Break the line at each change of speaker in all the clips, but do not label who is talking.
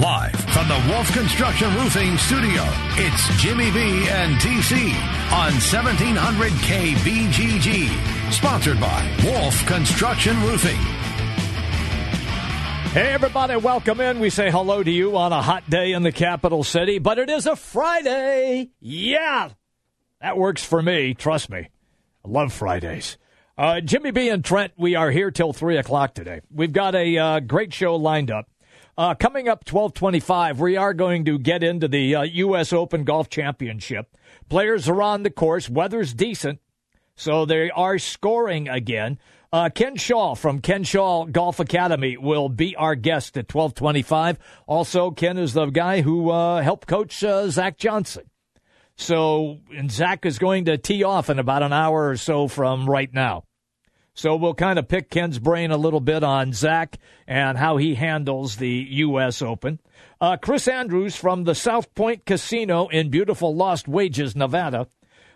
Live from the Wolf Construction Roofing Studio, it's Jimmy B and TC on 1700 KBGG. Sponsored by Wolf Construction Roofing.
Hey, everybody, welcome in. We say hello to you on a hot day in the capital city, but it is a Friday. Yeah, that works for me. Trust me. I love Fridays. Uh, Jimmy B and Trent, we are here till 3 o'clock today. We've got a uh, great show lined up. Uh, coming up 1225, we are going to get into the uh, U.S. Open Golf Championship. Players are on the course. Weather's decent. So they are scoring again. Uh, Ken Shaw from Ken Shaw Golf Academy will be our guest at 1225. Also, Ken is the guy who uh, helped coach uh, Zach Johnson. So, and Zach is going to tee off in about an hour or so from right now. So we'll kind of pick Ken's brain a little bit on Zach and how he handles the U.S. Open. Uh, Chris Andrews from the South Point Casino in beautiful Lost Wages, Nevada,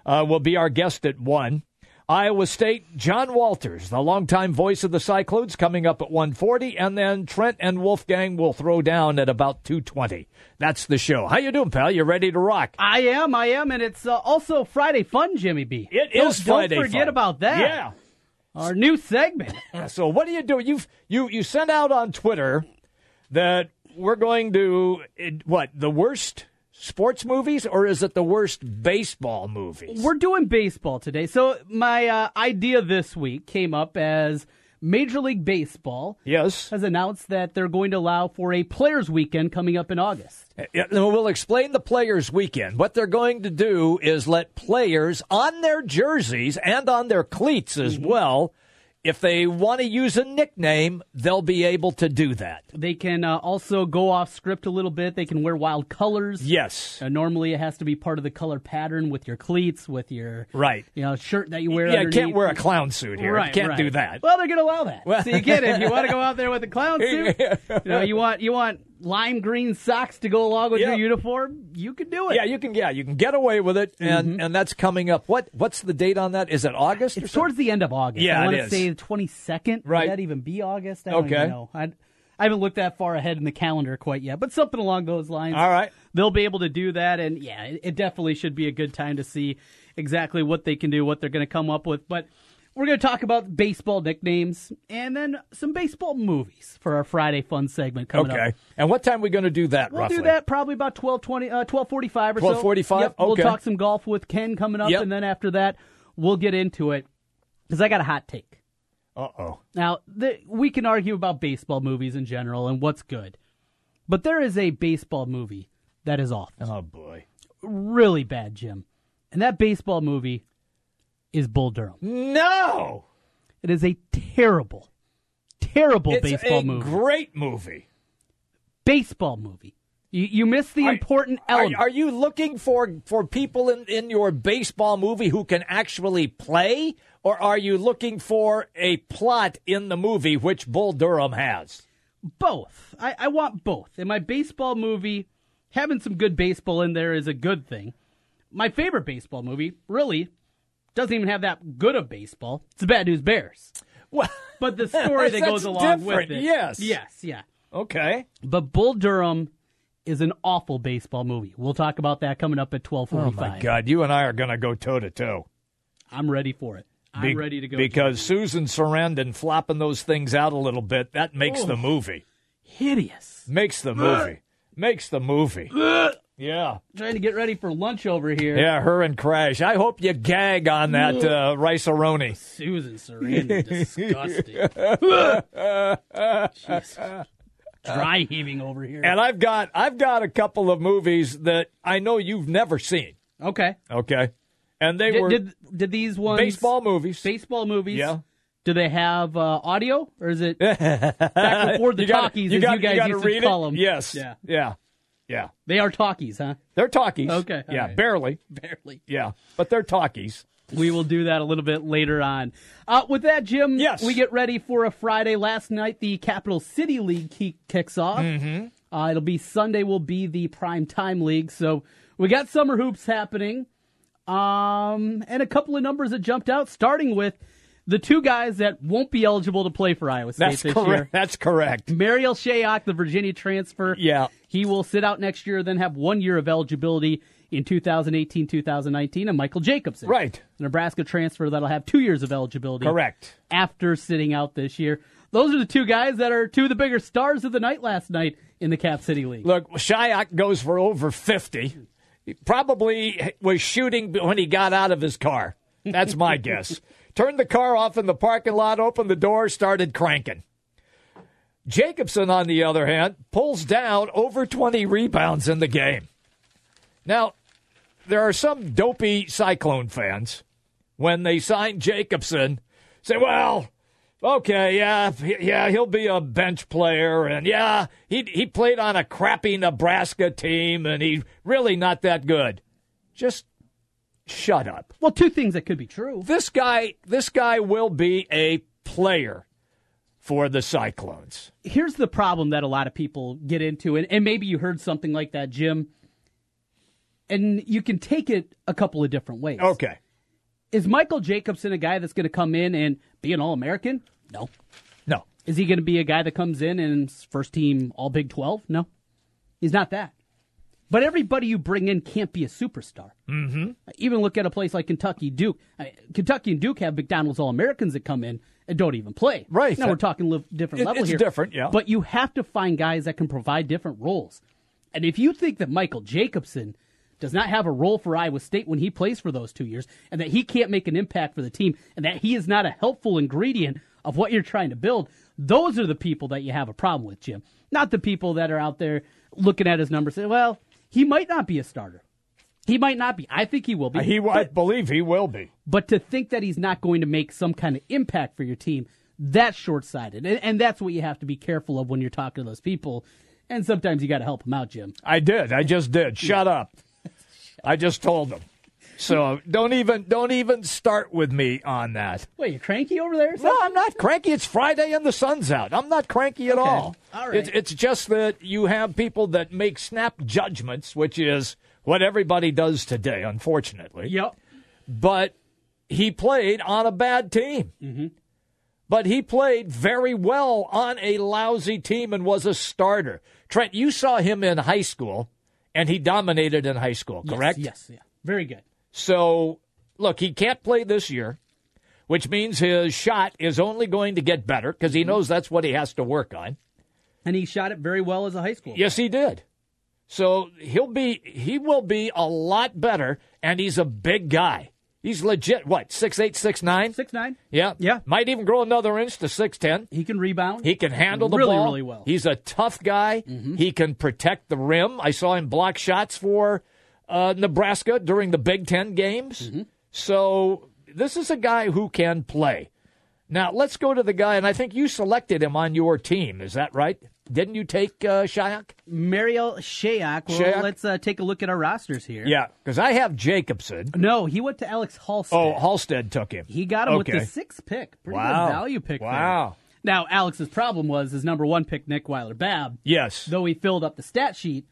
uh, will be our guest at 1. Iowa State, John Walters, the longtime voice of the Cyclones, coming up at 140, and then Trent and Wolfgang will throw down at about 220. That's the show. How you doing, pal? You ready to rock?
I am, I am, and it's uh, also Friday fun, Jimmy B.
It
Don't-
is Friday
Don't forget
fun.
about that.
Yeah.
Our new segment.
So what do you do? You've you you sent out on Twitter that we're going to it- what the worst sports movies or is it the worst baseball movies?
We're doing baseball today. So my uh, idea this week came up as Major League Baseball
yes.
has announced that they're going to allow for a players weekend coming up in August.
Yeah, then We'll explain the players' weekend. What they're going to do is let players on their jerseys and on their cleats as
Mm-hmm.
well, if they want to use a nickname, they'll be able to do that.
They can uh, also go off script a little bit. They can wear wild colors.
Yes.
Uh, normally it has to be part of the color pattern with your cleats, with your
Right.
you know, shirt that you wear
Yeah,
underneath.
can't wear a clown suit here.
Right,
can't
right.
do that.
Well, they're going to allow that. so you get it. If you want to go out there with a clown suit, you know, you want you want lime green socks to go along with
Yeah.
your uniform, you can do it. Mm-hmm.
Yeah, you can. Yeah, you can get away with it, and and that's coming up. What what's the date on that? Is it August? or
it's towards the end of August.
Yeah,
I
it
want
is.
to say the twenty second.
Right.
Would that even be August? I don't
Okay.
even know. I, I haven't looked that far ahead in the calendar quite yet, but something along those lines.
All right.
They'll be able to do that, and yeah, it, it definitely should be a good time to see exactly what they can do, what they're going to come up with. But we're going to talk about baseball nicknames and then some baseball movies for our Friday fun segment coming
something? okay.
up.
And what time are we going to do that?
We'll
roughly?
do that probably about 1220, uh, 1245 or so.
12:45?
Yep, We'll
Okay.
talk some golf with Ken coming up,
Yep.
and then after that, we'll get into it because I got a hot take.
Uh oh.
Now, the, we can argue about baseball movies in general and what's good, but there is a baseball movie that is awful.
Oh boy.
Really bad, Jim. And that baseball movie is Bull Durham.
No.
It is a terrible, terrible
It's
baseball
a
movie.
great movie.
baseball movie. You, you miss the
Are-
important
Are,
element.
are you looking for for people in in your baseball movie who can actually play, or are you looking for a plot in the movie which Bull Durham has?
both. I, I want both. In my baseball movie, having some good baseball in there is a good thing. My favorite baseball movie, really, doesn't even have that good of baseball. It's the Bad News Bears.
Well,
But the story that
That's
goes along with
different,
it.
yes.
Yes, yeah.
okay.
But Bull Durham is an awful baseball movie. We'll talk about that coming up at twelve forty five.
Oh, God, you and I are going to go toe to toe.
I'm ready for it. I'm
Be-
ready to go.
because Susan Sarandon flopping those things out a little bit that makes the movie
Oh. hideous.
makes the movie makes the movie yeah
Trying to get ready for lunch over here.
yeah her and Crash I hope you gag on that uh, rice aroni
Susan Sarandon, disgusting. Jeez.
Uh,
Dry heaving over here.
and I've got I've got a couple of movies that I know you've never seen
Okay.
okay and they
Did,
were
did did these ones
baseball movies
baseball movies?
Yeah.
Do they have uh, audio or is it back before the
you gotta-
talkies?
you
as
gotta-
you guys
gotta
used
read
to call
it
them.
yes
Yeah.
yeah yeah
They are talkies, huh?
they're talkies
Okay, all
yeah
right.
barely
Barely.
yeah but they're talkies
We will do that a little bit later on. Uh, with that, Jim,
Yes.
we get ready for a Friday. Last night, the Capital City League ke- kicks off. Mm-hmm. Uh, it'll be Sunday, will be the prime time league. So we got summer hoops happening. Um, and a couple of numbers that jumped out, starting with the two guys that won't be eligible to play for Iowa State
That's
this
correct.
year.
That's correct.
Mariel Shayok, the Virginia transfer.
Yeah.
He will sit out next year, then have one year of eligibility in 2018 2019. And Michael Jacobson.
Right.
the Nebraska transfer that'll have two years of eligibility.
Correct.
After sitting out this year. Those are the two guys that are two of the bigger stars of the night last night in the Cap City League.
Look, Shayok goes for over 50. He probably was shooting when he got out of his car. That's my guess. Turned the car off in the parking lot, opened the door, started cranking. Jacobson, on the other hand, pulls down over 20 rebounds in the game. Now, there are some dopey Cyclone fans when they sign Jacobson say, well, okay, yeah, he- yeah, he'll be a bench player, and yeah, he he played on a crappy Nebraska team, and he's really not that good. Just shut up.
Well, two things that could be true.
This guy, this guy will be a player for the Cyclones.
Here's the problem that a lot of people get into, and, and maybe you heard something like that, Jim. And you can take it a couple of different ways.
Okay,
Is Michael Jacobson a guy that's going to come in and be an All American? No.
no,
Is he going to be a guy that comes in and is first team All Big 12? No. He's not that. But everybody you bring in can't be a superstar. Mm-hmm. Even look at a place like Kentucky, Duke. I mean, Kentucky and Duke have McDonald's All Americans that come in and don't even play.
Right.
Now we're talking live different
It-
level
it's
here.
different, yeah.
But you have to find guys that can provide different roles. And if you think that Michael Jacobson does not have a role for Iowa State when he plays for those two years, and that he can't make an impact for the team, and that he is not a helpful ingredient of what you're trying to build, those are the people that you have a problem with, Jim. Not the people that are out there looking at his numbers saying, well, he might not be a starter. He might not be. I think he will be.
he. will- I
but,
believe he will be.
but to think that he's not going to make some kind of impact for your team, that's short sighted. And, and that's what you have to be careful of when you're talking to those people. And sometimes you got to help them out, Jim.
I did. I just did. Shut up. I just told them. So don't even don't even start with me on that.
Wait, you're cranky over there? or
No,
something?
I'm not cranky. It's Friday and the sun's out. I'm not cranky at all.
All right.
It's, it's just that you have people that make snap judgments, which is what everybody does today, unfortunately.
Yep.
But he played on a bad team.
Mm-hmm.
But he played very well on a lousy team and was a starter. Trent, you saw him in high school, and he dominated in high school, correct?
Yes, yes, yeah. Very good.
So, look, he can't play this year, which means his shot is only going to get better because
Mm-hmm.
he knows that's what he has to work on.
And he shot it very well as a high school.
Yes, he did. So he'll be he will be a lot better, and he's a big guy. He's legit. What six eight six nine?
Six nine.
Yeah,
Yeah.
Might even grow another inch to six ten.
He can rebound.
He can handle the
Really,
ball
really well.
He's a tough guy. He can protect the rim. I saw him block shots for uh, Nebraska during the Big Ten games. So this is a guy who can play. Now let's go to the guy, and I think you selected him on your team. Is that right? Didn't you take uh, Shayak?
Mariel Shayok. Well,
Shayok.
let's uh, take a look at our rosters here.
because I have Jacobson.
No, he went to Alex Halstead.
Oh, Halstead took him.
He got him
Okay.
with the sixth pick. Pretty
Wow.
good value pick. there.
Wow.
Now, Alex's problem was his number one pick, Nick Weiler Babb,
Yes.
though he filled up the stat sheet,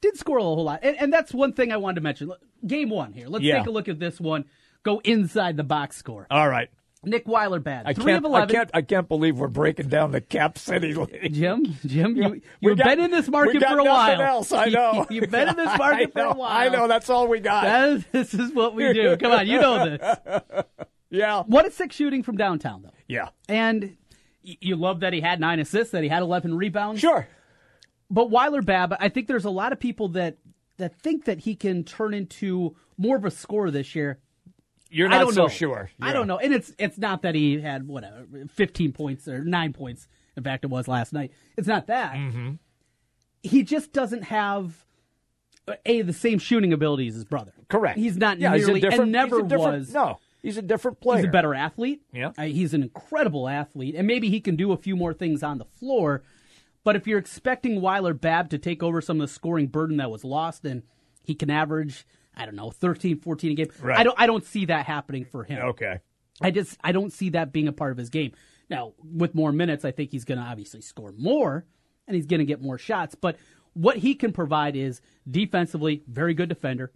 did score a whole lot. And, and that's one thing I wanted to mention. Look, Game one here. Let's
Yeah.
take a look at this one. Go inside the box score.
All right.
Nick Weiler Babb,
I
3 of
can't. I
11.
can't. I can't believe we're breaking down the Cap City League.
Jim, Jim, you,
We
you've
got-
been in this market
we got
for a
nothing
while.
Else, I know.
you've been in this
I
market for
know,
a while.
I know. That's all we got.
That is- this is what we do. Come on, you know this.
yeah.
One at six shooting from downtown, though.
Yeah.
And y- you love that he had nine assists, that he had 11 rebounds.
Sure.
But Weiler Babb, I think there's a lot of people that that think that he can turn into more of a scorer this year.
You're
I
not
don't
so
know.
sure.
I don't know. And it's it's not that he had whatever 15 points or 9 points. In fact, it was last night. It's not that.
Mm-hmm.
He just doesn't have uh, a the same shooting ability as his brother.
Correct.
He's not
yeah, he's a
nearly
different-
and never
he's a different-
was
No, he's a different player.
He's a better athlete.
Yeah.
Uh, he's an incredible athlete, and maybe he can do a few more things on the floor. But if you're expecting Weiler Babb to take over some of the scoring burden that was lost, then he can average, I don't know, 13, 14 a game.
Right.
I don't, I don't see that happening for him.
Okay.
I just, I don't see that being a part of his game. Now, with more minutes, I think he's going to obviously score more, and he's going to get more shots. But what he can provide is defensively, very good defender,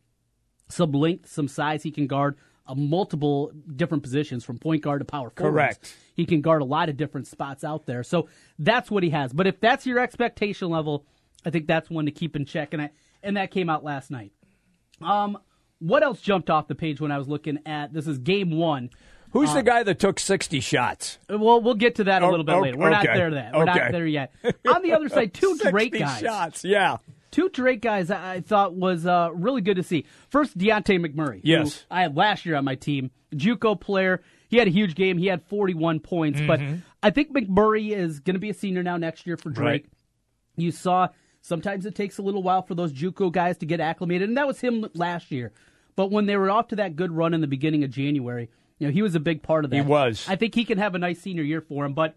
some length, some size he can guard, uh, multiple different positions from point guard to power forward.
Correct.
He can guard a lot of different spots out there. So that's what he has. But if that's your expectation level, I think that's one to keep in check. And I, and that came out last night. Um, what else jumped off the page when I was looking at this is game one.
Who's the guy that took 60 shots?
Well, we'll get to Uh, that a
Oh,
little bit
oh,
later. We're not
okay.
there yet. We're
Okay.
not there yet. On the other side, two great
60
guys.
shots, yeah.
Two Drake guys I I thought was uh, really good to see. First, Deontay McMurray. who
Yes.
I had last year on my team. Juco player. He had a huge game. He had 41 points. But
Mm-hmm.
I think McMurray is going to be a senior now next year for Drake.
Right.
You saw sometimes it takes a little while for those Juco guys to get acclimated, and that was him last year. But when they were off to that good run in the beginning of January, you know, he was a big part of that. He
was.
I think he can have a nice senior year for him, but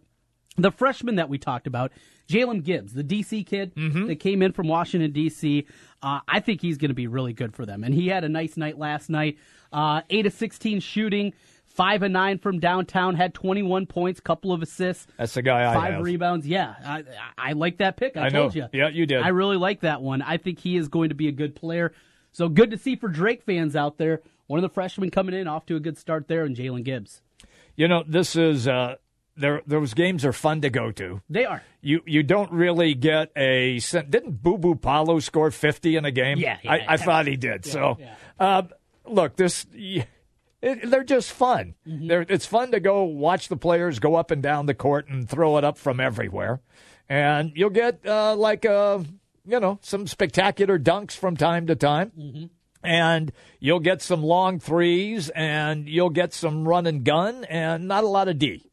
the freshman that we talked about, Jalen Gibbs, the DC kid that came in from Washington DC, uh, I think he's going to be really good for them. And he had a nice night last night. Uh, eight of sixteen shooting, five and nine from downtown. Had twenty one points, couple of assists,
That's the guy I
five
have.
rebounds. Yeah, I, I I like that pick. I,
I
told
know.
you.
Yeah, you did.
I really like that one. I think he is going to be a good player. So good to see for Drake fans out there. One of the freshmen coming in, off to a good start there, and Jalen Gibbs.
You know, this is uh, there. Those games are fun to go to.
They are.
You you don't really get a sen- didn't Boo Boo Paulo score fifty in a game?
Yeah, yeah,
I, I
yeah.
thought he did. so, Uh, look, this y- it, they're just fun.
Mm-hmm.
They're, it's fun to go watch the players go up and down the court and throw it up from everywhere, and you'll get uh, like uh you know some spectacular dunks from time to time.
Mm-hmm.
And you'll get some long threes, and you'll get some run and gun, and not a lot of D.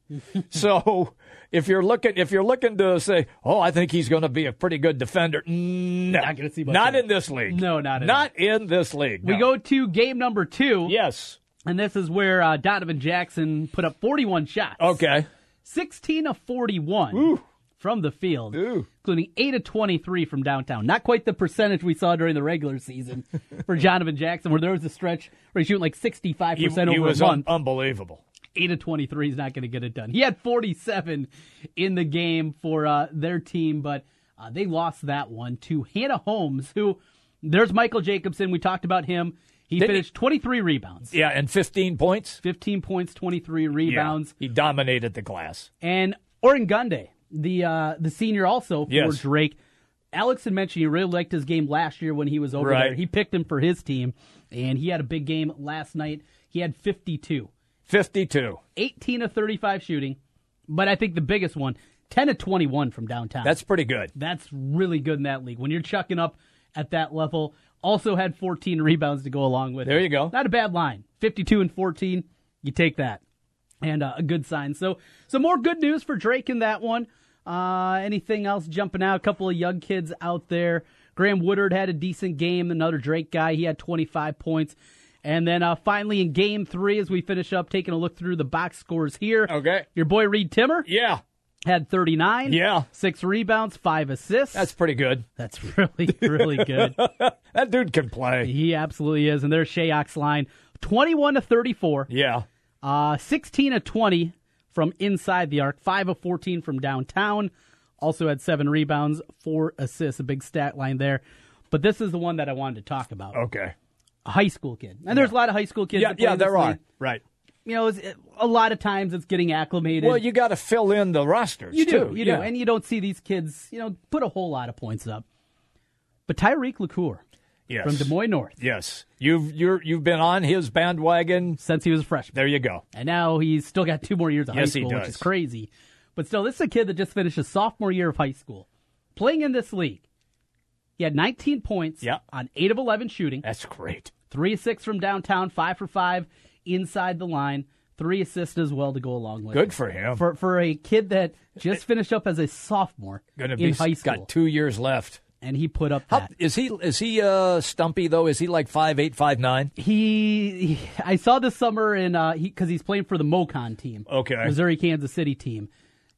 so if you're looking, if you're looking to say, "Oh, I think he's going to be a pretty good defender," no,
Not gonna see much
not
of
in this league.
No, not at
not in this league.
We
no.
go to game number two,
Yes.
and this is where uh, Donovan Jackson put up 41 shots.
Okay.
16 of 41 from the field,
Ooh.
including 8 of 23 from downtown. Not quite the percentage we saw during the regular season for Donovan Jackson, where there was a stretch where he shooting like 65%
He,
over
he was
a
un-
month.
unbelievable.
8 of 23 is not going to get it done. He had 47 in the game for uh, their team, but uh, they lost that one to Hannah Holmes, who there's Michael Jacobson. We talked about him. He
Didn't he-
finished 23 rebounds.
Yeah, and 15 points.
15 points, 23
Yeah.
rebounds.
He dominated the glass.
And Oren Gunde, the uh, the senior also for
Yes.
Drake. Alex had mentioned he really liked his game last year when he was over
Right.
there. He picked him for his team, and he had a big game last night. He had 52,
52.
18 of 35 shooting, but I think the biggest one, 10 of 21 from downtown.
That's pretty good.
That's really good in that league. When you're chucking up at that level, also had 14 rebounds to go along with.
There
it.
you go.
Not a bad line. 52 and 14. You take that, and uh, a good sign. So, some more good news for Drake in that one. Uh, anything else jumping out? A couple of young kids out there. Graham Woodard had a decent game. Another Drake guy. He had 25 points. And then uh, finally in game three, as we finish up, taking a look through the box scores here.
Okay.
Your boy Reed Timmer
Yeah,
had 39.
Yeah.
Six rebounds, five assists.
that's pretty good.
That's really, really good.
That dude can play.
he absolutely is. And there's Shayok's line 21 to 34,
Yeah.
uh, 16 to 20 from inside the arc, 5 of 14 from downtown. Also had seven rebounds, four assists, a big stat line there. But this is the one that I wanted to talk about.
Okay.
A high school kid. And there's a lot of high school kids.
Yeah,
that play
yeah,
in this
there are.
league.
Right.
You know, it's, it- a lot of times it's getting acclimated.
Well, you got to fill in the rosters
You do,
too.
you
yeah.
do, and you don't see these kids, you know, put a whole lot of points up. But Tyreek LaCour
yes.
from Des Moines North,
Yes. You've you're you've been on his bandwagon.
since he was a freshman,
There you go.
and now he's still got two more years of
Yes,
high
he
school, which
does.
is crazy. But still, this is a kid that just finished his sophomore year of high school, playing in this league. He had 19 points
Yeah.
on eight of 11 shooting,
That's great.
three of six from downtown, five for five inside the line, three assists as well to go along with.
Good
it.
for him. Uh,
for for a kid that just finished up as a sophomore
Gonna
in
be
high school,
got two years left.
and he put up
How,
that.
is he is he uh, stumpy though? Is he like five eight five nine?
he, he- I saw this summer in uh he because he's playing for the Mocon team,
Okay.
Missouri Kansas City team.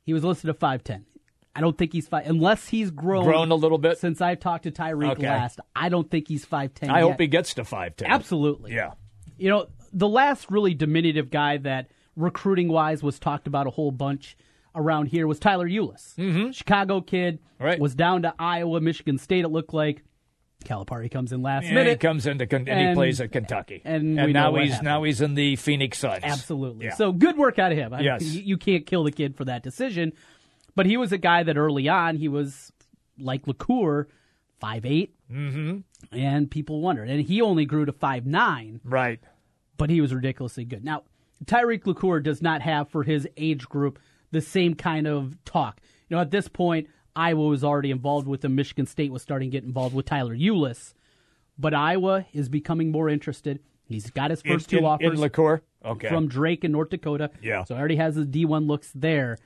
He was listed at five ten. I don't think he's five unless he's grown
Grown a little bit?
since I've talked to Tyreek
Okay.
last. I don't think he's five ten.
I hope he gets to five ten.
absolutely.
Yeah.
You know, the last really diminutive guy that recruiting wise was talked about a whole bunch around here was Tyler Eulis. Mm-hmm. Chicago kid.
Right.
Was down to Iowa, Michigan State, it looked like. Calipari comes in last
And he
minute.
comes into Ken- and, he
And-
plays at Kentucky,
and we know
now
what
he's
happened.
now he's in the Phoenix Suns.
Absolutely.
Yeah.
So good work out of him. I-
Yes.
you, you can't kill the kid for that decision. But he was a guy that early on he was like Lacour, five mm-hmm. and people wondered. And he only grew to five nine,
right.
but he was ridiculously good. Now Tyreek Lacour does not have for his age group the same kind of talk. You know, at this point, Iowa was already involved with him. Michigan State was starting to get involved with Tyler Eulis, but Iowa is becoming more interested. He's got his first
in,
two
in,
offers
in Liqueur. Okay.
from Drake in North Dakota.
Yeah.
So already has his D1 looks there.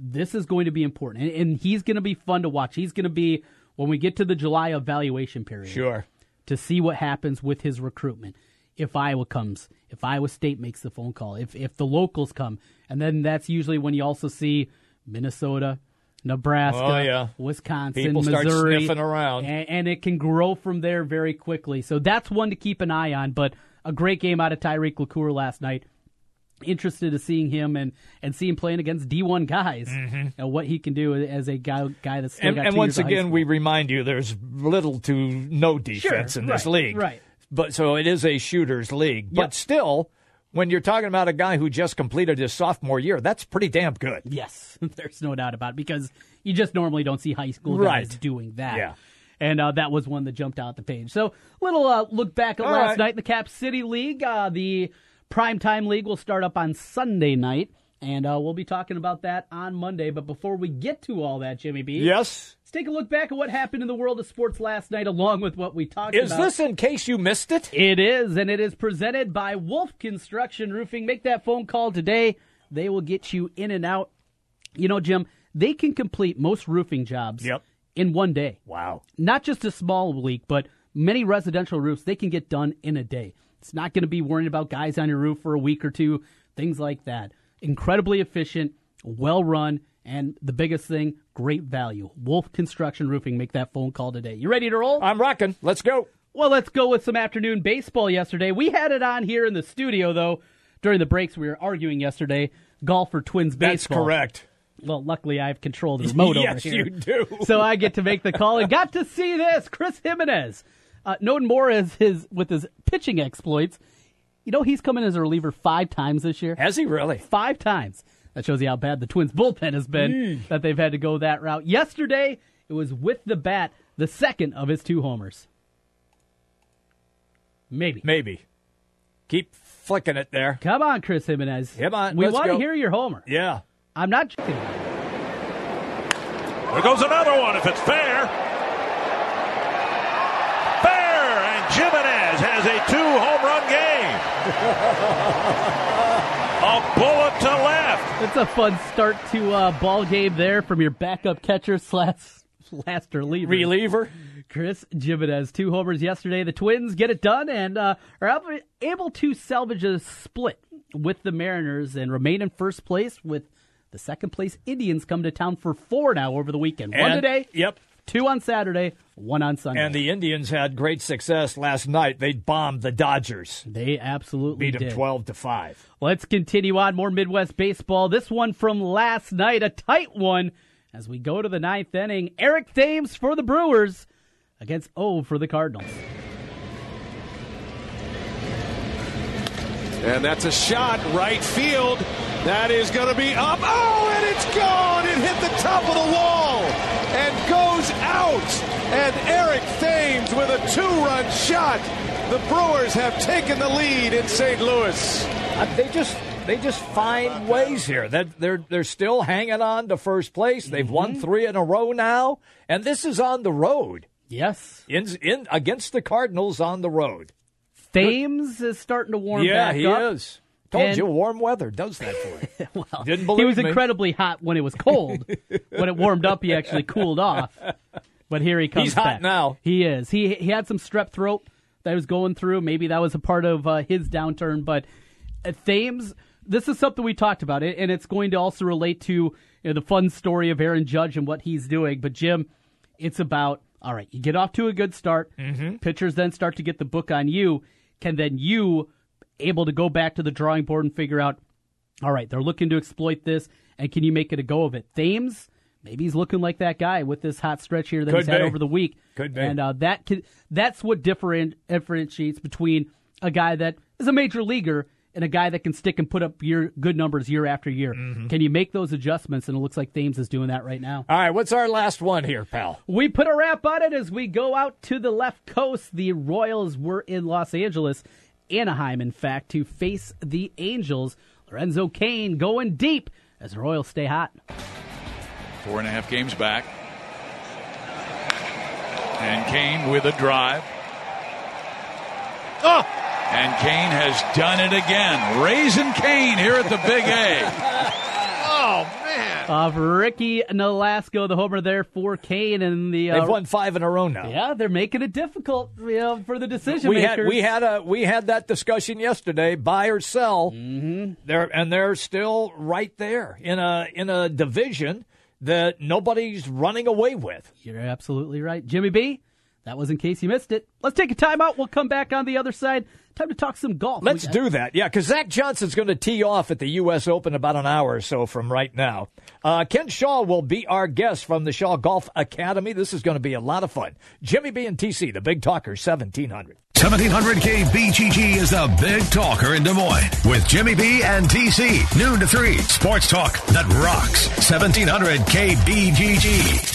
This is going to be important. And, and he's going to be fun to watch. He's going to be, when we get to the July evaluation period,
sure.
to see what happens with his recruitment. If Iowa comes, if Iowa State makes the phone call, if, if the locals come. And then that's usually when you also see Minnesota, Nebraska,
Oh, yeah.
Wisconsin,
People start
Missouri.
sniffing around.
And, and it can grow from there very quickly. So that's one to keep an eye on. But a great game out of Tyreek LaCour last night. Interested to seeing him and, and see him playing against D1 guys and what he can do as a guy, guy that's still
Mm-hmm. And,
got
and
two
once
years of high
again,
school.
we remind you there's little to no defense
Sure,
in this
right,
league.
right.
But so it is a shooters league.
Yep.
But still, when you're talking about a guy who just completed his sophomore year, that's pretty damn good.
Yes, there's no doubt about it because you just normally don't see high school guys
Right.
doing that.
Yeah.
And uh, that was one that jumped out the page. So, little uh, look back at
All
last
right.
night in the Cap City League. Uh, the primetime league will start up on Sunday night, and uh, we'll be talking about that on Monday. But before we get to all that, Jimmy B,
Yes.
let's take a look back at what happened in the world of sports last night, along with what we talked
Is
about.
this in case you missed it?
It is, and it is presented by Wolf Construction Roofing. Make that phone call today. They will get you in and out. You know, Jim, they can complete most roofing jobs
Yep.
in one day.
Wow.
Not just a small leak, but many residential roofs they can get done in a day. It's not going to be worrying about guys on your roof for a week or two, things like that. Incredibly efficient, well run, and the biggest thing, great value. Wolf Construction Roofing. Make that phone call today. You ready to roll?
I'm rocking. Let's go.
Well, let's go with some afternoon baseball yesterday. We had it on here in the studio, though, during the breaks we were arguing yesterday. Golf or Twins
That's
baseball.
correct.
Well, luckily I've controlled his mode
yes,
over here.
you do.
So I get to make the call and got to see this. Chris Jimenez, uh, known more as his with his pitching exploits. You know, he's come in as a reliever five times this year
Has he really?
five times. That shows you how bad the Twins bullpen has been
Mm.
that they've had to go that route. Yesterday, it was with the bat, the second of his two homers. Maybe.
Maybe. Keep flicking it there.
Come on, Chris Jimenez.
Come on,
We
let's
want to
go.
hear your homer.
Yeah.
I'm not joking. about it.
There goes another one if it's fair. Fair, and Jimenez has a two home run game. a bullet to left.
It's a fun start to uh, ball game there from your backup catcher slash last reliever.
Reliever?
Chris Jimenez, two homers yesterday. The Twins get it done and uh, are ab- able to salvage a split with the Mariners and remain in first place with the second place Indians come to town for four now over the weekend. one
And-
today,
Yep.
two on Saturday, one on Sunday.
And the Indians had great success last night. They bombed the Dodgers,
they absolutely
beat them
did.
twelve to five.
Let's continue on more Midwest baseball. This one from last night, a tight one as we go to the ninth inning. Eric Thames for the Brewers against O for the Cardinals.
And that's a shot right field. That is going to be up. Oh, and it's gone. It hit the top of the wall and goes out. And Eric Thames with a two run shot. The Brewers have taken the lead in St. Louis.
Uh, They just they just find ways here. That they're they're still hanging on to first place. They've
Mm-hmm.
won three in a row now, and this is on the road
Yes.
in in against the Cardinals on the road.
Thames is starting to warm
yeah,
back
he
up.
is. Told
And-
you, warm weather does that for you.
Well,
Didn't
he
believe
was
me.
incredibly hot when it was cold. when it warmed up, he actually cooled off. But here he comes.
He's hot
back.
now.
He is. He he had some strep throat that he was going through. Maybe that was a part of uh, his downturn. But uh, Thames, this is something we talked about, it, and it's going to also relate to you know, the fun story of Aaron Judge and what he's doing. But Jim, it's about all right. You get off to a good start.
Mm-hmm.
Pitchers then start to get the book on you. Can then you able to go back to the drawing board and figure out all right, they're looking to exploit this, and can you make it a go of it? Thames maybe he's looking like that guy with this hot stretch here that
Could
he's had
be.
over the week.
Could be.
And uh, that could, that's what different, differentiates between a guy that is a major leaguer and a guy that can stick and put up year, good numbers year after year. Can you make those adjustments? And it looks like Thames is doing that right now.
Mm-hmm. All right, what's our last one here, pal?
We put a wrap on it as we go out to the left coast. The Royals were in Los Angeles, Anaheim, in fact, to face the Angels. Lorenzo Kane going deep as the Royals stay hot.
Four and a half games back. And Kane with a drive. Oh! And Kane has done it again. Raising Kane here at the Big A.
Of Ricky Nolasco, the homer there for Kane, and the uh,
They've won five in a row now.
yeah, they're making it difficult you know, for the decision
we
makers.
had we had a we had that discussion yesterday. Buy or sell. Mm-hmm. They're and they're still right there in a in a division that nobody's running away with.
You're absolutely right, Jimmy B. That was in case you missed it. Let's take a timeout. We'll come back on the other side. Time to talk some golf.
Let's
We-
do that. Yeah, because Zach Johnson's going to tee off at the U.S. Open about an hour or so from right now. Uh, Ken Shaw will be our guest from the Shaw Golf Academy. This is going to be a lot of fun. Jimmy B and TC, the Big Talker, 1700.
1700K BGG is the big talker in Des Moines with Jimmy B and TC. Noon to 3. Sports talk that rocks. 1700K BGG.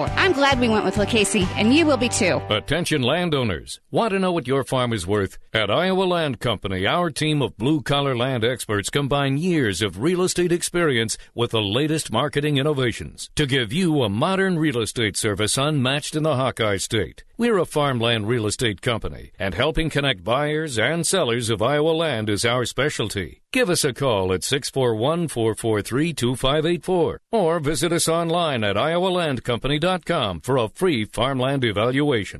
I'm glad we went with Lucchese, and you will be too.
Attention landowners. Want to know what your farm is worth? At Iowa Land Company, our team of blue collar land experts combine years of real estate experience with the latest marketing innovations to give you a modern real estate service unmatched in the Hawkeye State. We're a farmland real estate company, and helping connect buyers and sellers of Iowa land is our specialty. Give us a call at 641 443 2584 or visit us online at iowalandcompany.com for a free farmland evaluation.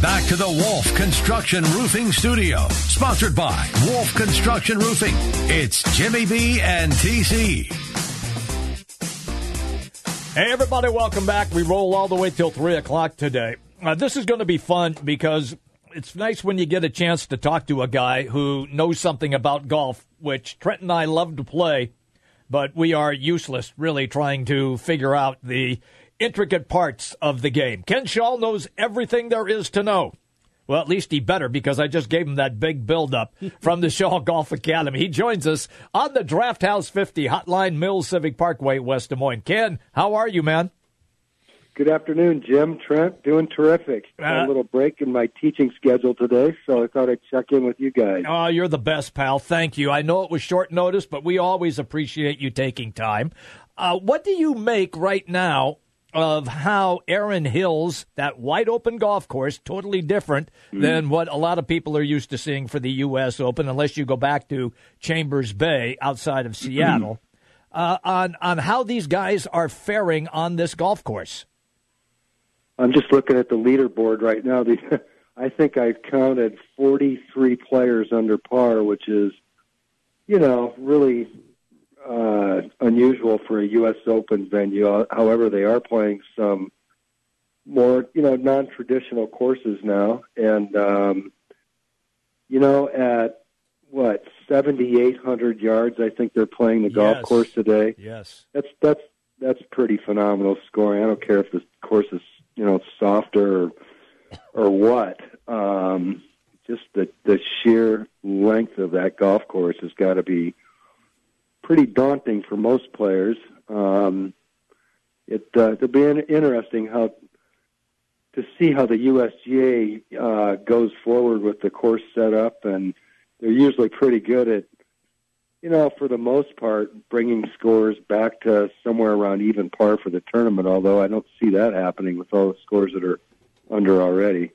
Back to the Wolf Construction Roofing Studio. Sponsored by Wolf Construction Roofing. It's Jimmy B and TC.
Hey, everybody, welcome back. We roll all the way till 3 o'clock today. Uh, this is going to be fun because it's nice when you get a chance to talk to a guy who knows something about golf, which Trent and I love to play, but we are useless really trying to figure out the intricate parts of the game. Ken Shaw knows everything there is to know. Well, at least he better because I just gave him that big buildup from the Shaw Golf Academy. He joins us on the Draft House 50 Hotline Mill Civic Parkway, West Des Moines. Ken, how are you, man?
Good afternoon, Jim. Trent, doing terrific. Had a
Uh,
little break in my teaching schedule today, so I thought I'd check in with you guys.
Oh, you're the best, pal. Thank you. I know it was short notice, but we always appreciate you taking time. Uh, what do you make right now of how Aaron Hills, that wide open golf course, totally different than what a lot of people are used to seeing for the U.S. Open, unless you go back to Chambers Bay outside of Seattle, uh, on on how these guys are faring on this golf course?
I'm just looking at the leaderboard right now. The- I think I've counted 43 players under par, which is, you know, really uh, unusual for a U.S. Open venue. Uh, However, they are playing some more, you know, non-traditional courses now, and um, you know, at what 7,800 yards, I think they're playing the golf
Yes.
course today.
Yes.
That's that's that's pretty phenomenal scoring. I don't care if the course is you know softer or or what. Um, just the the sheer length of that golf course has got to be pretty daunting for most players. Um, it uh, it'll be in- interesting how to see how the USGA uh, goes forward with the course setup, and they're usually pretty good at you know, for the most part, bringing scores back to somewhere around even par for the tournament, although I don't see that happening with all the scores that are under already.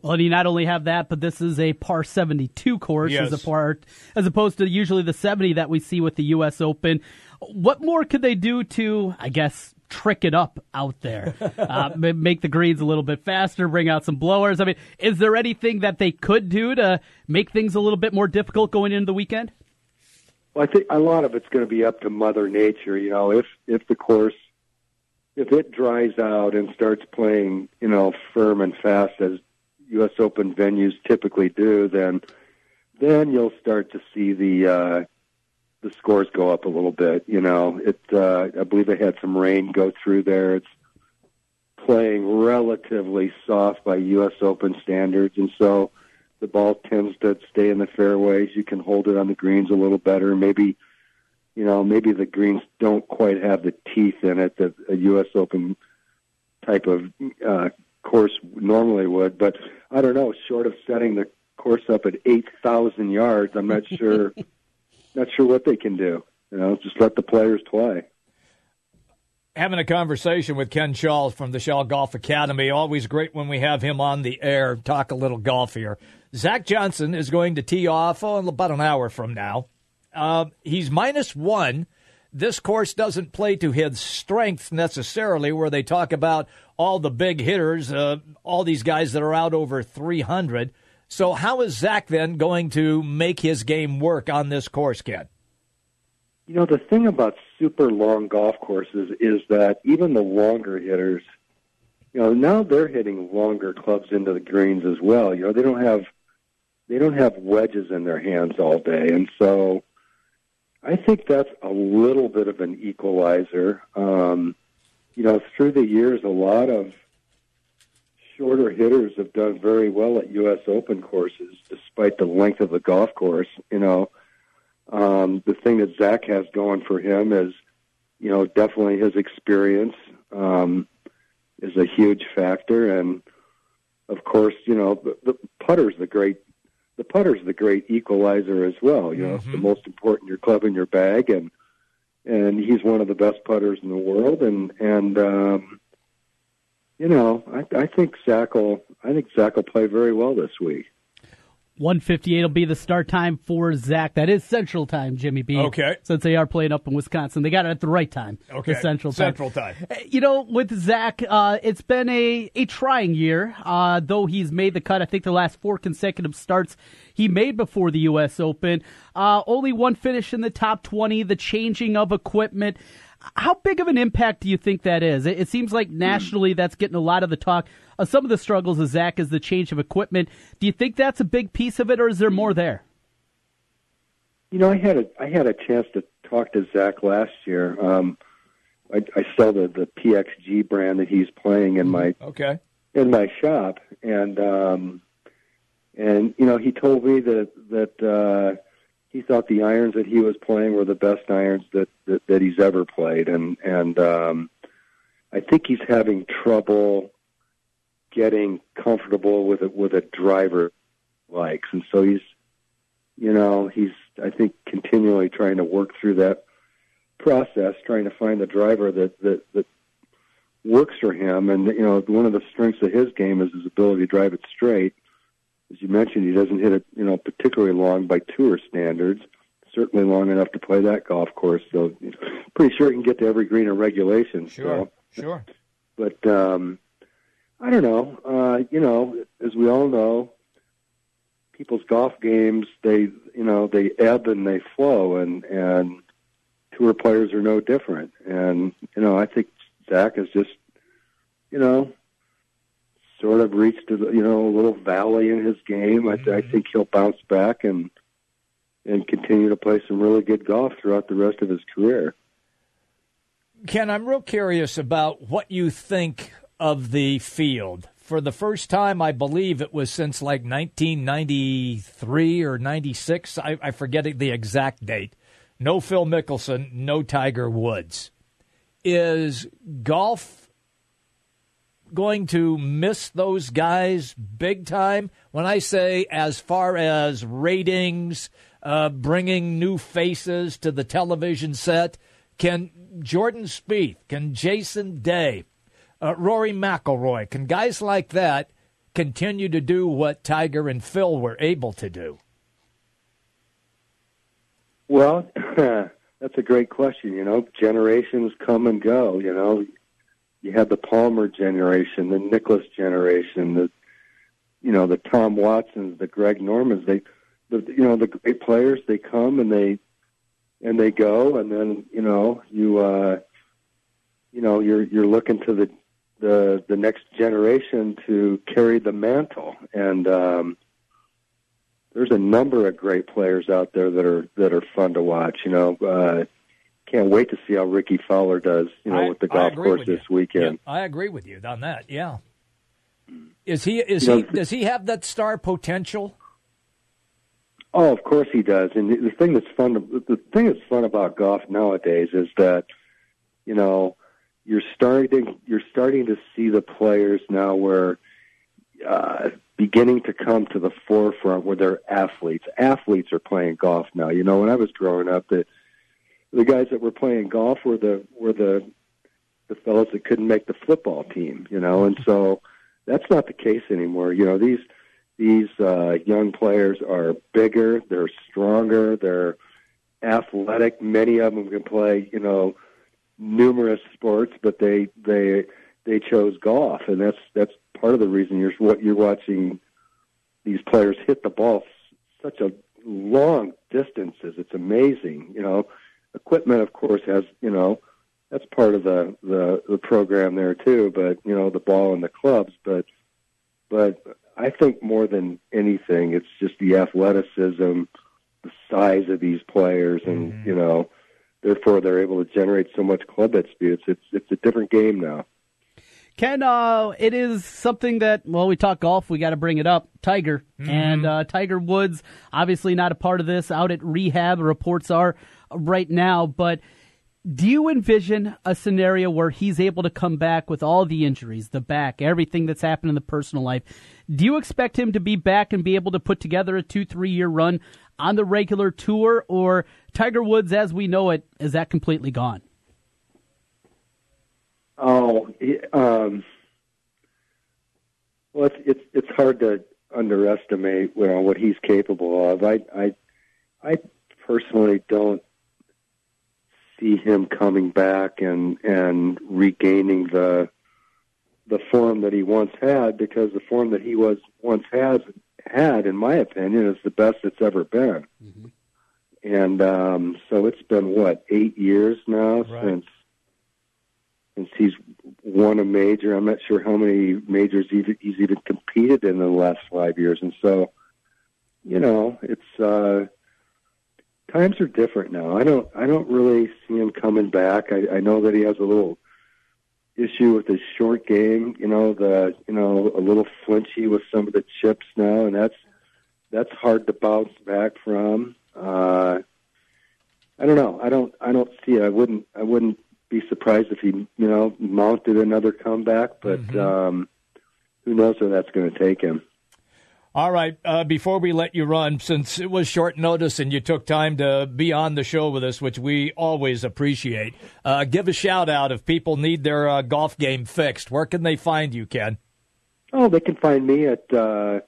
Well, and you not only have that, but this is a par 72 course
Yes.
as a par, as opposed to usually the 70 that we see with the U.S. Open. What more could they do to, I guess, trick it up out there, uh, ma- make the greens a little bit faster, bring out some blowers? I mean, is there anything that they could do to make things a little bit more difficult going into the weekend?
Well, I think a lot of it's going to be up to Mother Nature. You know, if if the course if it dries out and starts playing, you know, firm and fast as U.S. Open venues typically do, then then you'll start to see the uh, the scores go up a little bit. You know, it uh, I believe they had some rain go through there. It's playing relatively soft by U.S. Open standards, and so the ball tends to stay in the fairways. You can hold it on the greens a little better. Maybe, you know, maybe the greens don't quite have the teeth in it that a U.S. Open type of uh, course normally would. But I don't know. Short of setting the course up at eight thousand yards, I'm not sure. not sure what they can do. You know, just let the players play.
having a conversation with Ken Shaw from the Shaw Golf Academy. Always great when we have him on the air, talk a little golf here. Zach Johnson is going to tee off oh, in about an hour from now. Uh, he's minus one. This course doesn't play to his strength necessarily, where they talk about all the big hitters, uh, all these guys that are out over 300. So, how is Zach then going to make his game work on this course, Ken?
You know, the thing about super long golf courses is that even the longer hitters, you know, now they're hitting longer clubs into the greens as well. You know, they don't have they don't have wedges in their hands all day, and so I think that's a little bit of an equalizer. Um, you know, through the years, a lot of shorter hitters have done very well at U.S. Open courses, despite the length of the golf course. You know, um, the thing that Zach has going for him is, you know, definitely his experience um, is a huge factor, and of course, you know, the, the putter's the great, the putter's the great equalizer as well. You know, it's the most important your club in your bag, and and he's one of the best putters in the world, and and um, you know, I, I think Zach will, I think Zach will play very well this week.
158 will be the start time for Zach. That is Central Time, Jimmy B.
Okay.
Since they are playing up in Wisconsin, they got it at the right time. The Central Time.
Central time.
You know, with Zach, uh, it's been a, a trying year. Uh, though he's made the cut, I think the last four consecutive starts he made before the U.S. Open. Uh, only one finish in the top 20, the changing of equipment. How big of an impact do you think that is? It, it seems like nationally that's getting a lot of the talk. Uh, some of the struggles of Zach is the change of equipment. Do you think that's a big piece of it, or is there more there?
You know, I had a I had a chance to talk to Zach last year. Um, I, I sell the the PXG brand that he's playing in my
Okay.
in my shop, and um, and you know he told me that that uh, he thought the irons that he was playing were the best irons that that, that he's ever played, and and um, I think he's having trouble getting comfortable with a, with a driver he likes, and so he's, you know, he's I think continually trying to work through that process, trying to find the driver that that that works for him. And you know, one of the strengths of his game is his ability to drive it straight. As you mentioned, he doesn't hit it, you know, particularly long by tour standards. Certainly long enough to play that golf course. So, you know, pretty sure he can get to every green in regulation.
Sure,
So,
sure.
but um, I don't know. Uh, you know, as we all know, people's golf games they you know they ebb and they flow, and and tour players are no different. And you know, I think Zach has just you know sort of reached a, you know a little valley in his game. I, I think he'll bounce back and and continue to play some really good golf throughout the rest of his career.
Ken, I'm real curious about what you think of the field. For the first time, I believe it was since like 1993 or 96. I, I forget the exact date. No Phil Mickelson, no Tiger Woods. Is golf going to miss those guys big time? When I say as far as ratings, uh, bringing new faces to the television set, can Jordan Spieth, can Jason Day, uh, Rory McIlroy, can guys like that continue to do what Tiger and Phil were able to do?
Well, that's a great question. You know, generations come and go. You know, you had the Palmer generation, the Nicholas generation, the you know the Tom Watsons, the Greg Normans. They, the you know the great players. They come and they and they go, and then you know you uh, you know you're you're looking to the the the next generation to carry the mantle and. um there's a number of great players out there that are that are fun to watch. You know, uh, can't wait to see how Ricky Fowler does. You know,
I-
with the
I
golf
agree
course
with
this weekend.
I agree with you on that. Yeah. Is he is
You
he
know-
does he have that star potential?
Oh, of course he does. And the the thing that's fun, the thing that's fun about golf nowadays is that, you know, you're starting, you're starting to see the players now where, uh, beginning to come to the forefront where they're athletes. Athletes are playing golf now. You know, when I was growing up, the the guys that were playing golf were the were the the fellows that couldn't make the football team. You know, and so that's not the case anymore. You know, these these uh, young players are bigger, they're stronger, they're athletic. Many of them can play, you know, numerous sports, but they they they chose golf, and that's that's part of the reason you're what you're watching these players hit the ball s- such a long distances. It's amazing, you know. Equipment, of course, has you know that's part of the the, the program there too, but you know the ball and the clubs, but but I think more than anything, it's just the athleticism, the size of these players, and you know, therefore they're able to generate so much club at speed. It's it's, it's a different game now.
Ken, uh, it is something that, well, we talk golf, we got to bring it up. Tiger. And uh, Tiger Woods, obviously not a part of this, out at rehab, reports are right now. But do you envision a scenario where he's able to come back with all the injuries, the back, everything that's happened in the personal life? Do you expect him to be back and be able to put together a two, three year run on the regular tour? Or Tiger Woods, as we know it, is that completely gone?
Oh, it- um, well, it's it's it's hard to underestimate you know, what he's capable of. I I I personally don't see him coming back and and regaining the the form that he once had because the form that he was once has had, in my opinion, is the best it's ever been. And um, so it's been what eight years now since since he's won a major. I'm not sure how many majors he's, he's even competed in in the last five years. And so, you know, it's uh, times are different now. I don't I don't really see him coming back. I, I know that he has a little issue with his short game. You know, the you know a little flinchy with some of the chips now, and that's that's hard to bounce back from. Uh, I don't know. I don't. I don't see it. I wouldn't. I wouldn't be surprised if he, you know, mounted another comeback. But um, who knows where that's going to take him?
All right. Uh, before we let you run, since it was short notice and you took time to be on the show with us, which we always appreciate, uh, give a shout out if people need their uh, golf game fixed. Where can they find you, Ken?
Oh, they can find me at uh,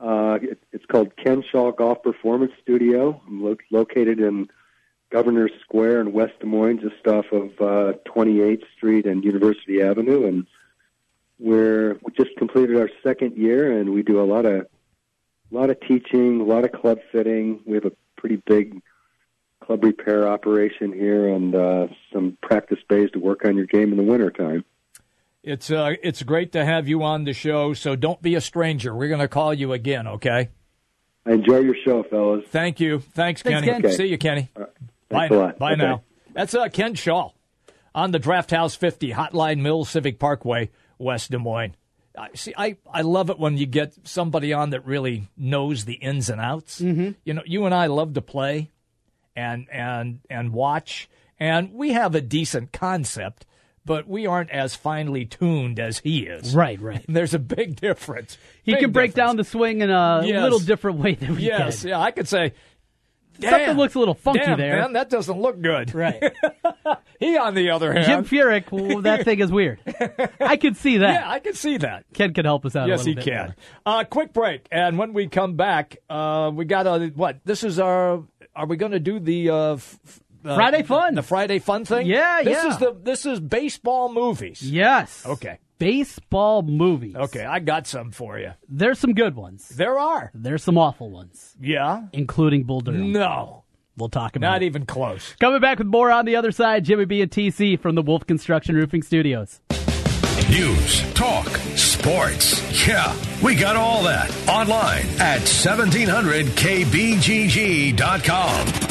uh, it, it's called Kenshaw Golf Performance Studio. I'm lo- located in Governor Square in West Des Moines, just off of uh, 28th Street and University Avenue, and we're we just completed our second year, and we do a lot of a lot of teaching, a lot of club fitting. We have a pretty big club repair operation here, and uh, some practice days to work on your game in the wintertime.
It's uh, it's great to have you on the show. So don't be a stranger. We're going to call you again. Okay.
Enjoy your show, fellas.
Thank you. Thanks,
Thanks,
Kenny.
Ken.
See you, Kenny.
Thanks
bye
a lot.
bye
Okay.
now. That's uh, Ken Shaw on the Draft House 50 Hotline Mill Civic Parkway, West Des Moines. I, see, I, I love it when you get somebody on that really knows the ins and outs.
Mm-hmm.
You know, you and I love to play and and and watch, and we have a decent concept, but we aren't as finely tuned as he is.
Right, right.
There's a big difference.
He
Big
can break
difference.
down the swing in a
Yes.
little different way than we
Yes,
can.
yeah, I could say
Something
"Damn,
looks a little funky
damn,
there."
Man, that doesn't look good.
Right.
he, on the other hand,
Jim Furyk, well, that thing is weird. I could see that.
yeah, I can see that.
Ken could help us out.
Yes,
a
he
little bit
can.
more.
Uh, quick break, and when we come back, uh, we got a what? This is our. Are we going to do the uh, f- f- uh,
Friday fun.
The Friday fun thing.
Yeah,
This
yeah.
is the this is baseball movies.
Yes.
Okay.
Baseball movies.
Okay, I got some for you.
There's some good ones.
There are.
There's some awful ones,
Yeah.
including Bull Durham.
No.
We'll talk about
Not
it.
even close.
Coming back with more on the other side, Jimmy B and TC from the Wolf Construction Roofing Studios.
News, talk, sports. Yeah, we got all that online at 1700kbgg.com.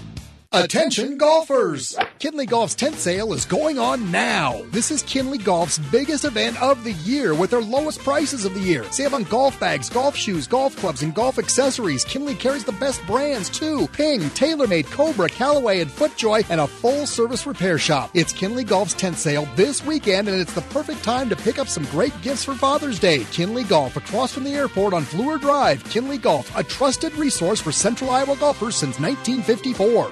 Attention golfers! Kinley Golf's tent sale is going on now. This is Kinley Golf's biggest event of the year with their lowest prices of the year. Save on golf bags, golf shoes, golf clubs, and golf accessories. Kinley carries the best brands too Ping, TaylorMade, Cobra, Callaway, and FootJoy, and a full service repair shop. It's Kinley Golf's tent sale this weekend, and it's the perfect time to pick up some great gifts for Father's Day. Kinley Golf, across from the airport on Fleur Drive. Kinley Golf, a trusted resource for Central Iowa golfers since 1954.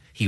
He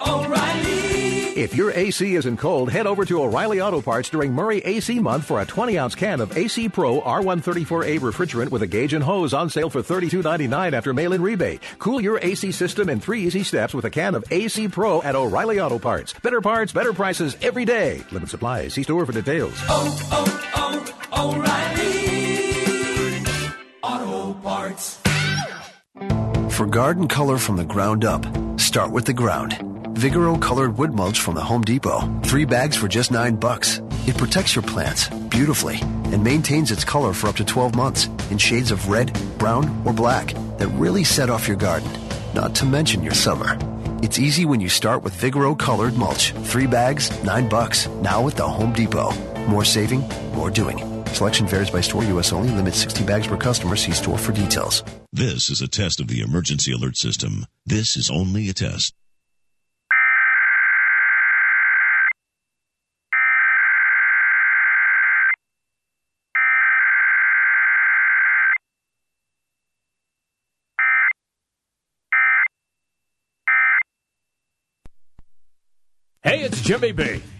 oh, O'Reilly. If your AC isn't cold, head over to O'Reilly Auto Parts during Murray AC month for a 20 ounce can of AC Pro R134A refrigerant with a gauge and hose on sale for $32.99 after mail in rebate. Cool your AC system in three easy steps with a can of AC Pro at O'Reilly Auto Parts. Better parts, better prices every day. Limit supply. See store for details.
Oh, oh, oh, O'Reilly Auto Parts.
For garden color from the ground up, start with the ground. Vigoro colored wood mulch from the Home Depot. Three bags for just nine bucks. It protects your plants beautifully and maintains its color for up to 12 months in shades of red, brown, or black that really set off your garden, not to mention your summer. It's easy when you start with Vigoro colored mulch. Three bags, nine bucks. Now at the Home Depot. More saving, more doing. Selection varies by store, U.S. only. Limit 60 bags per customer. See store for details.
This is a test of the emergency alert system. This is only a test.
Hey, it's Jimmy B.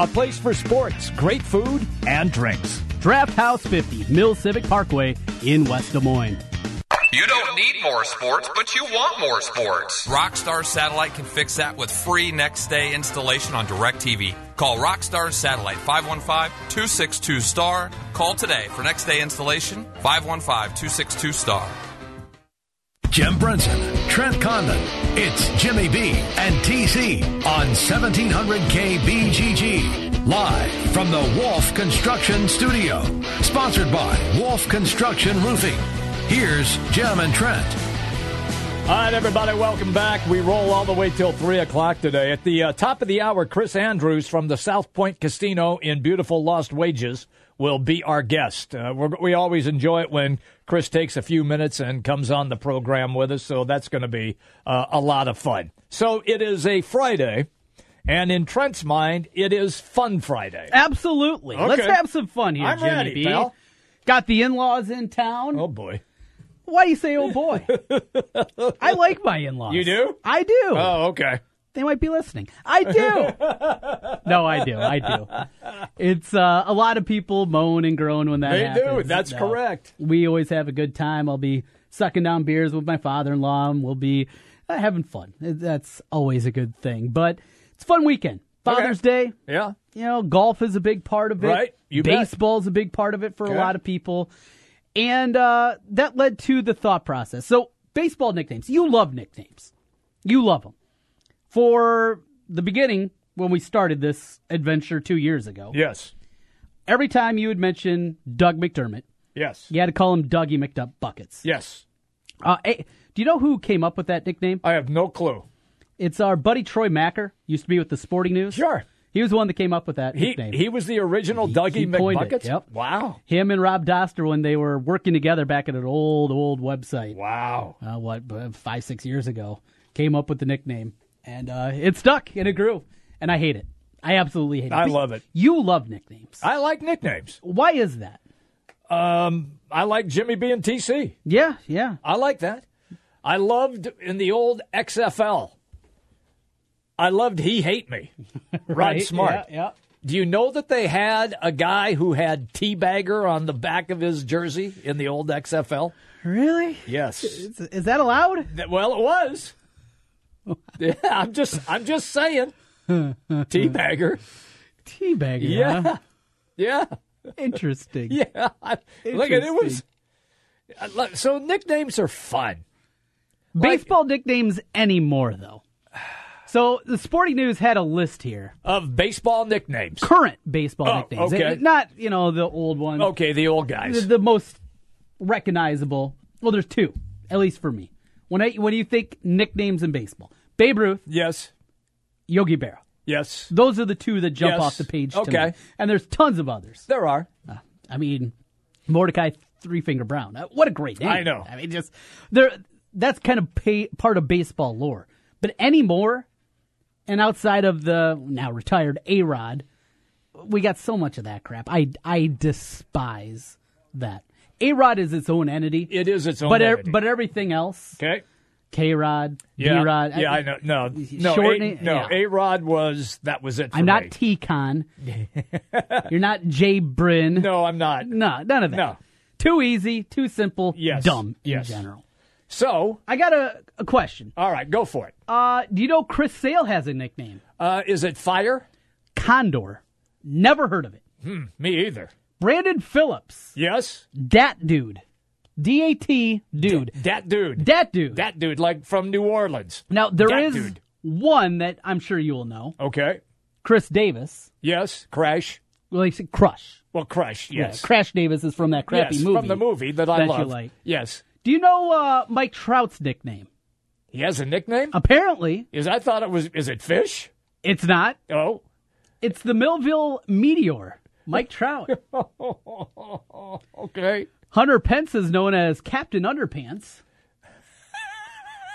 a place for sports, great food, and drinks.
Draft House 50, Mill Civic Parkway in West Des Moines.
You don't need more sports, but you want more sports. Rockstar Satellite can fix that with free next day installation on DirecTV. Call Rockstar Satellite 515 262 STAR. Call today for next day installation 515 262 STAR.
Jim Brinson, Trent Condon. It's Jimmy B and TC on 1700K BGG. Live from the Wolf Construction Studio. Sponsored by Wolf Construction Roofing. Here's Jim and Trent.
All right, everybody, welcome back. We roll all the way till 3 o'clock today. At the uh, top of the hour, Chris Andrews from the South Point Casino in beautiful Lost Wages will be our guest. Uh, we're, we always enjoy it when Chris takes a few minutes and comes on the program with us, so that's going to be uh, a lot of fun. So it is a Friday, and in Trent's mind, it is Fun Friday.
Absolutely. Let's
Okay.
have some fun here,
I'm
Jimmy
ready,
B.
pal.
Got the in laws in town. Oh,
boy.
Why do you say, oh, boy? I like my in laws.
You do?
I do.
Oh, okay.
They might be listening. I do. no, I do. I do. It's uh, a lot of people moan and groan when that
They do.
happens.
That's correct.
We always have a good time. I'll be sucking down beers with my father-in-law, and we'll be uh, having fun. That's always a good thing. But it's a fun weekend. Father's Day.
Yeah.
You know, golf is a big part of it.
Right. You bet.
Baseball's a big part of it for
Okay.
a lot of people. And uh, that led to the thought process. So, baseball nicknames. You love nicknames. You love them. For the beginning, when we started this adventure two years ago.
Yes.
Every time you would mention Doug McDermott,
Yes.
you had to call him Dougie McDuck Buckets.
Yes.
Uh, eh, do you know who came up with that nickname?
I have no clue.
It's our buddy Troy Macker. Used to be with the Sporting News.
Sure.
He was the one that came up with that
He,
nickname.
he was the original Dougie
he coined it,
McBuckets?
yep.
Wow.
Him and Rob Doster when they were working together back at an old, old website.
Wow.
Uh, what, uh, five, six years ago, came up with the nickname. And uh, it stuck and it grew. And I hate it. I absolutely hate it.
I
But
love it.
You love nicknames.
I like nicknames.
Why is that?
Um, I like Jimmy B and TC.
Yeah, yeah.
I like that. I loved in the old XFL. I loved he hate me, Rod
Right,
Smart.
yeah, yeah.
Do you know that they had a guy who had teabagger on the back of his jersey in the old XFL?
Really?
Yes.
Is, is that allowed?
That- Well, it was. yeah, I'm just, I'm just saying, teabagger.
Teabagger.
Yeah.
huh?
Yeah.
Interesting.
Yeah. I- Look at it was.
Interesting.
I lo- So nicknames are fun.
Baseball nicknames anymore, though. So the Sporting News had a list here
of baseball nicknames,
current baseball
Oh,
nicknames,
okay.
Eh, not you know the old ones.
Okay, the old guys.
The, the most recognizable. Well, there's two, at least for me. When I when you think nicknames in baseball, Babe Ruth,
yes,
Yogi Berra,
Yes.
Those are the two that jump
Yes.
off the page to
Okay.
me. And there's tons of others. Uh,
There are.
I mean, Mordecai Three Finger Brown. Uh, What a great name.
I know.
I mean, just there. That's kind of pay, part of baseball lore. But anymore, and outside of the now retired A Rod, we got so much of that crap. I I despise that. A Rod is its own entity.
It is its own
But er,
entity.
but everything else.
Okay.
K Rod.
Yeah,
B Rod.
yeah, I know. No, no,
Shortening-
a, no.
yeah.
A Rod was that was it. For
I'm
me.
not T Con. You're not Jay Bryn. No,
I'm not.
No, none of that.
No.
Too easy, too simple,
Yes.
dumb
Yes.
in general.
So
I got a, a question.
All right, go for it.
Uh, do you know Chris Sale has a nickname?
Uh, is it Fire?
Condor. Never heard of it.
Hmm, me either.
Brandon Phillips.
Yes.
Dat dude. D A T dude.
Dat dude.
Dat dude.
Dat dude, like from New Orleans.
Now there
Dat
is
dude.
one that I'm sure you will know.
Okay.
Chris Davis.
Yes. Crash.
Well, he said Crush.
Well, Crush.
Yeah,
Yes.
Crash Davis is from that crappy
yes,
movie.
from the movie that I
that you
love.
like.
Yes.
Do you know uh, Mike Trout's nickname?
He has a nickname.
Apparently,
Is I thought it was. Is it Fish?
It's not.
Oh.
It's the Millville Meteor, Mike Trout.
okay.
Hunter Pence is known as Captain Underpants.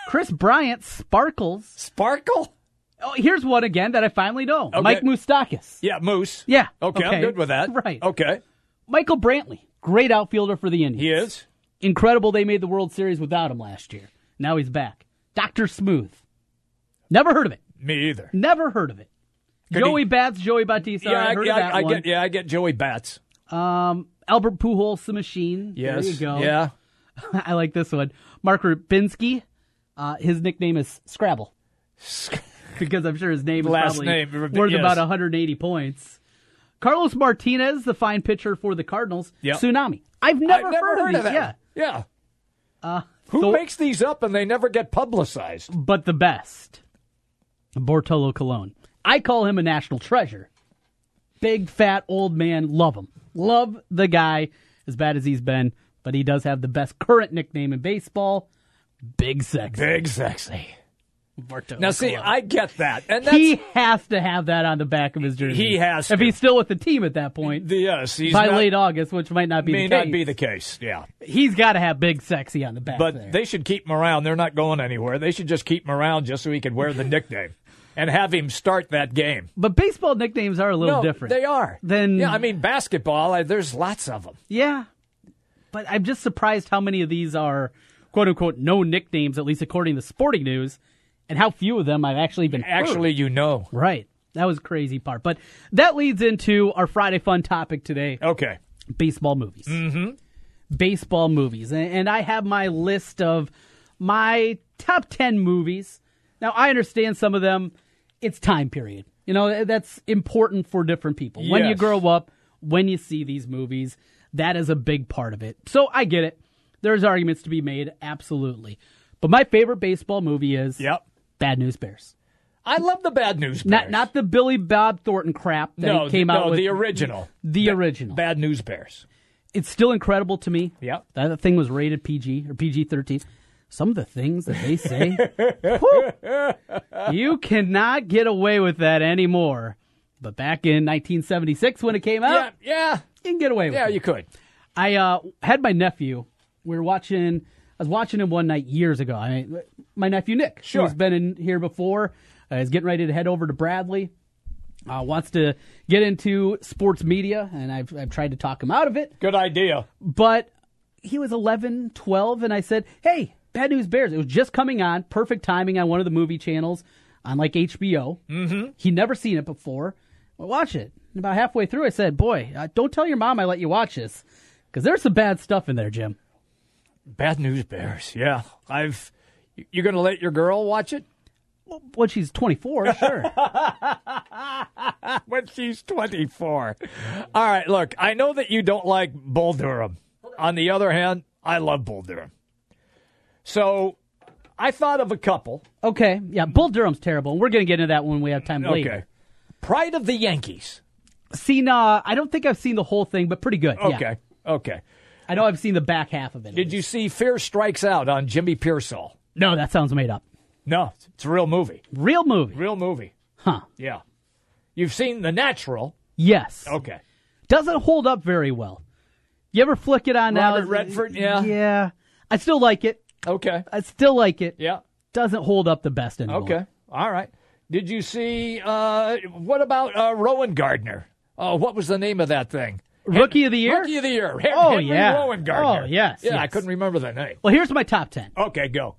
Chris Bryant sparkles.
Sparkle?
Oh, here's one again that I finally know. Mike Moustakis.
Yeah, Moose.
Yeah.
Okay, I'm good with that.
Right.
Okay.
Michael Brantley, great outfielder for the Indians. He
is.
Incredible they made the World Series without him last year. Now he's back. Dr. Smooth. Never heard of it.
Me either.
Never heard of it.
Could
Joey
he-
Bats, Joey Bautista.
yeah,
I heard
yeah,
of that
I
one.
get. Yeah, I get Joey Bats.
Um, Albert Pujols, the machine.
Yes.
There you go.
Yeah.
I like this one. Mark Rubinsky. Uh, his nickname is Scrabble. because I'm sure his name
Last
is probably
name, Rub-
worth
yes.
about 180 points. Carlos Martinez, the fine pitcher for the Cardinals.
Yep.
Tsunami. I've never,
I've never
heard, of, these.
that. Yeah. Yeah.
Yeah. Uh,
Who
so-
makes these up and they never get publicized?
but the best, Bortolo Colon. I call him a national treasure. Big, fat, old man. Love him. Love the guy as bad as he's been, but he does have the best current nickname in baseball Big Sexy.
Big Sexy.
Bortolo
Now, see,
Colon.
I get that, and that's
he has to have that on the back of his jersey.
He has
If
to.
he's still with the team at that point,
the, yes, he's
by
not-
late August, which might not be
may
the
not
case,
be the case. Yeah,
he's got to have Big Sexy on the back.
but
there.
they should keep him around. They're not going anywhere. They should just keep him around just so he could wear the nickname and have him start that game.
But baseball nicknames are a little
no,
different. Mm.
They are.
Then-
yeah, I mean basketball. I, there's lots of them.
Yeah. But I'm just surprised how many of these are quote unquote no nicknames, at least according to sporting news, and how few of them I've actually been heard.
Actually, you know.
Right. That was crazy part. But that leads into our Friday fun topic today.
Okay.
Baseball movies. Mm-hmm. Baseball movies. And, and I have my list of my top 10 movies. Now, I understand some of them, it's time period. You know, that's important for different people. When you
Yes.
grow up, when you see these movies, that is a big part of it. So I get it. There's arguments to be made, absolutely. But my favorite baseball movie is yep. Bad News Bears.
I love the bad news.
Not
Bears.
not the Billy Bob Thornton crap that
no,
he came
no,
out with.
the original.
The original.
Bad News Bears.
It's still incredible to me.
Yep.
That that thing was rated PG or PG thirteen. Some of the things that they say, whew, you cannot get away with that anymore. But back in 1976 when it came out,
yeah,
you can get away with
Yeah,
it.
you could.
I uh, had my nephew. We were watching. I was watching him one night years ago. I my nephew Nick,
Sure.
who's been in here before, uh, is getting ready to head over to Bradley. Uh, wants to get into sports media, and I've I've tried to talk him out of it.
Good idea.
But he was 11, 12, and I said, "Hey, Bad News Bears." It was just coming on, perfect timing on one of the movie channels on like HBO. Mm-hmm. He never seen it before. Well, watch it. And about halfway through, I said, "Boy, uh, don't tell your mom I let you watch this." Because there's some bad stuff in there, Jim.
Bad News Bears. Yeah, I've. You're going to let your girl watch it
When she's 24, sure. Ah,
when she's 24. All right, look, I know that you don't like Bull Durham. On the other hand, I love Bull Durham. So, I thought of a couple.
Okay, yeah, Bull Durham's terrible, and we're going to get into that when we have time later.
Okay. Pride of the Yankees.
Seen? Uh, I don't think I've seen the whole thing, but pretty good. yeah.
Okay. Okay.
I know I've seen the back half of it.
Did you see Fear Strikes Out on Jimmy Pearsall?
No, that sounds made up.
No, it's a real movie.
Real movie.
Real movie.
Huh.
Yeah. You've seen The Natural.
Yes.
Okay.
Doesn't hold up very well. You ever flick it on now?
Robert Redford, yeah.
Yeah. I still like it.
Okay.
I still like it.
Yeah.
Doesn't hold up the best anymore.
Okay. All right. Did you see? Uh, what about uh, Rowan Gardner? Uh, what was the name of that thing?
Rookie of the year?
Rookie of the year. Hen-
Oh,
Henry
yeah.
Rowan Gardner.
Oh, yes,
Yeah, I
yes.
couldn't remember the name.
Well, here's my top 10.
Okay, go.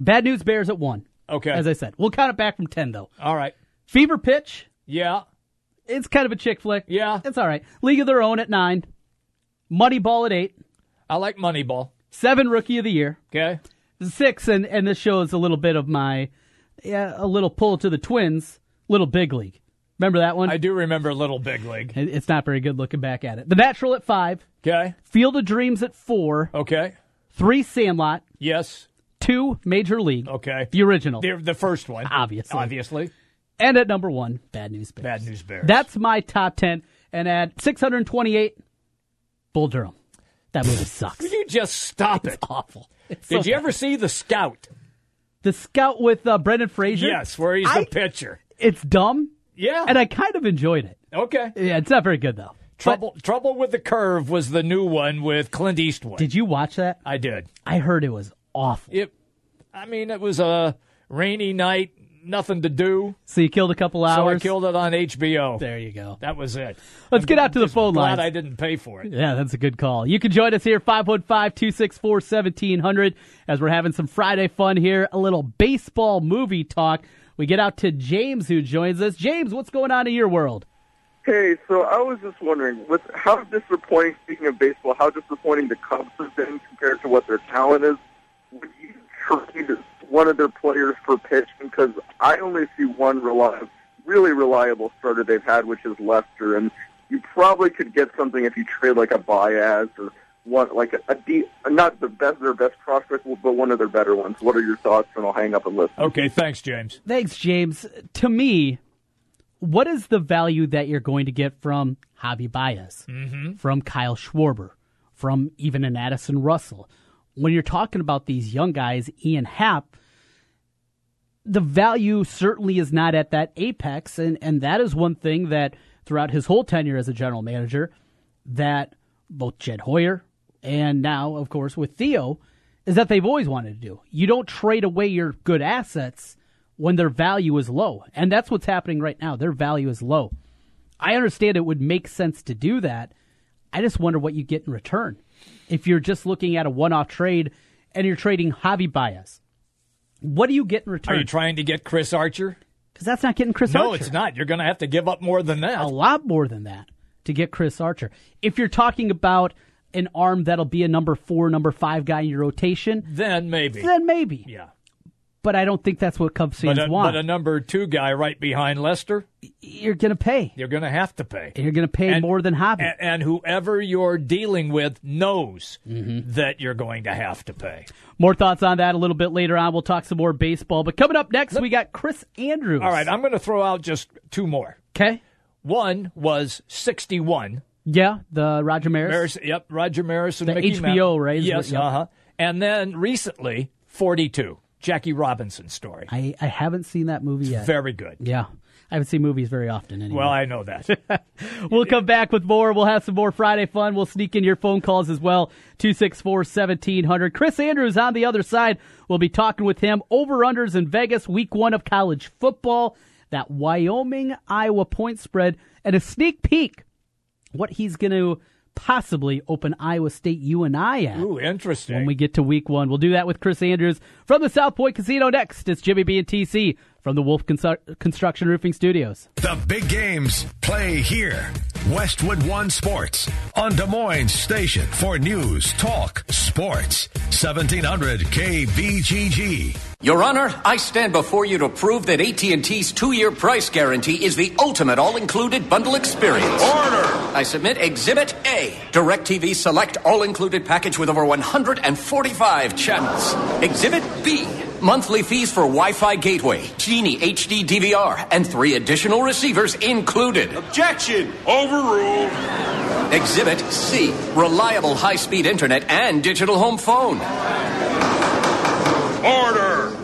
Bad News Bears at 1.
Okay.
As I said. We'll count it back from 10, though.
All right.
Fever Pitch.
Yeah.
It's kind of a chick flick.
Yeah.
It's all right. League of Their Own at 9. Moneyball at 8.
I like Moneyball.
7 Rookie of the Year.
Okay.
six, and and this shows a little bit of my, yeah, a little pull to the Twins, little big league. Remember that one?
I do remember Little Big League.
It- It's not very good looking back at it. The Natural at five.
Okay.
Field of Dreams at four.
Okay.
Three Sandlot.
Yes.
Two Major League.
Okay.
The original.
The, the first one.
Obviously.
Obviously.
and at number one, Bad News Bears.
Bad News Bears.
That's my top ten. And at six hundred twenty-eight, Bull Durham. That movie sucks.
Would you just stop it?
awful. It's
Did
so
you
bad.
ever see The Scout?
The Scout with uh, Brendan Fraser.
Yes, where he's
I-
the pitcher.
It's dumb.
Yeah.
And I kind of enjoyed it.
Okay.
Yeah, it's not very good though.
Trouble Trouble with the Curve was the new one with Clint Eastwood.
Did you watch that?
I did.
I heard it was awful.
It I mean it was a rainy night, nothing to do.
So you killed a couple
So I
hours.
killed it on HBO.
There you go.
That was it.
Let's get out to the phone
Glad
lines.
I didn't pay for it.
Yeah, that's a good call. You can join us here 515-264-1700 as we're having some Friday fun here, a little baseball movie talk. We get out to James who joins us. James, what's going on in your world?
Hey, so I was just wondering, with how disappointing, speaking of baseball, how disappointing the Cubs have been compared to what their talent is. Would you trade one of their players for pitching? Because I only see one reliable, really reliable starter they've had, which is Lester, and you probably could get something if you trade like a Baez or one like a, a de- not the best their best prospect, but one of their better ones. What are your thoughts? And I'll hang up and listen.
Okay, thanks, James.
Thanks, James. To me, what is the value that you're going to get from Javi Baez, from Kyle Schwarber, from even an Addison Russell? When you're talking about these young guys, Ian Happ, the value certainly is not at that apex, and, and that is one thing that throughout his whole tenure as a general manager, that both Jed Hoyer and now, of course, with Theo, is that they've always wanted to do. You don't trade away your good assets when their value is low. And that's what's happening right now. Their value is low. I understand it would make sense to do that. I just wonder what you get in return. If you're just looking at a one off trade and you're trading Javi Baez, what do you get in
Are you
return?
trying to get Chris Archer?
Because that's not getting Chris
no,
Archer.
it's not. You're going to have to give up more than that.
A lot more than that to get Chris Archer. If you're talking about an arm that'll be a number four, number five guy in your rotation,
Then maybe.
then maybe.
Yeah.
But I don't think that's what Cubs fans
But a,
want.
but uh, a number two guy right behind Lester,
you're going to pay.
you're going to have to pay.
You're going to pay more than Javi.
And, and whoever you're dealing with knows
Mm-hmm.
that you're going to have to pay.
More thoughts on that a little bit later on. We'll talk some more baseball. But coming up next, we got Chris Andrews.
All right, I'm going to throw out just two more.
Okay.
One was 61.
Yeah, the Roger Maris.
Maris, yep, Roger Maris and
The
Mickey
HBO,
Mouse.
right, is
Yes,
what- yep.
uh huh. And then recently, 42, Jackie Robinson story.
I, I haven't seen that movie yet.
Very good.
yeah. I haven't seen movies very often anymore.
Well, I know that.
we'll come back with more. We'll have some more Friday fun. We'll sneak in your phone calls as well. 264 1700. Chris Andrews on the other side. We'll be talking with him. Over unders in Vegas, week one of college football. That Wyoming Iowa point spread and a sneak peek what he's going to possibly open Iowa State you and I at.
Ooh, interesting.
When we get to week one, we'll do that with Chris Andrews from the South Point Casino next. It's Jimmy B and TC from the Wolf Constru- Construction Roofing Studios.
The big games play here. Westwood One Sports on Des Moines Station for news, talk, sports. 1700 KBGG.
Your Honor, I stand before you to prove that AT&T's two-year price guarantee is the ultimate all-included bundle experience. Order! I submit Exhibit A, DirecTV Select all-included package with over 145 channels. Exhibit B, monthly fees for Wi-Fi gateway, Genie HD DVR, and three additional receivers included. Objection! Overruled. Exhibit C, reliable high-speed internet and digital home phone. Order!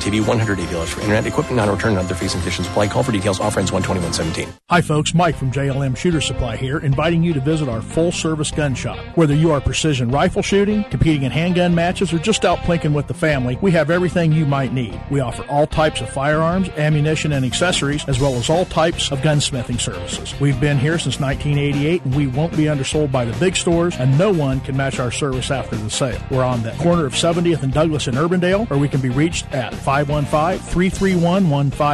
TV, $180 for internet equipment, non-return and other fees and conditions apply. Call for details. Offer ends 121.17.
Hi, folks. Mike from JLM Shooter Supply here, inviting you to visit our full service gun shop. Whether you are precision rifle shooting, competing in handgun matches, or just out plinking with the family, we have everything you might need. We offer all types of firearms, ammunition, and accessories, as well as all types of gunsmithing services. We've been here since 1988, and we won't be undersold by the big stores, and no one can match our service after the sale. We're on the corner of 70th and Douglas in Urbandale, or we can be reached at 515 331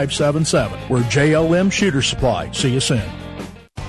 1577. We're JLM Shooter Supply. See you soon.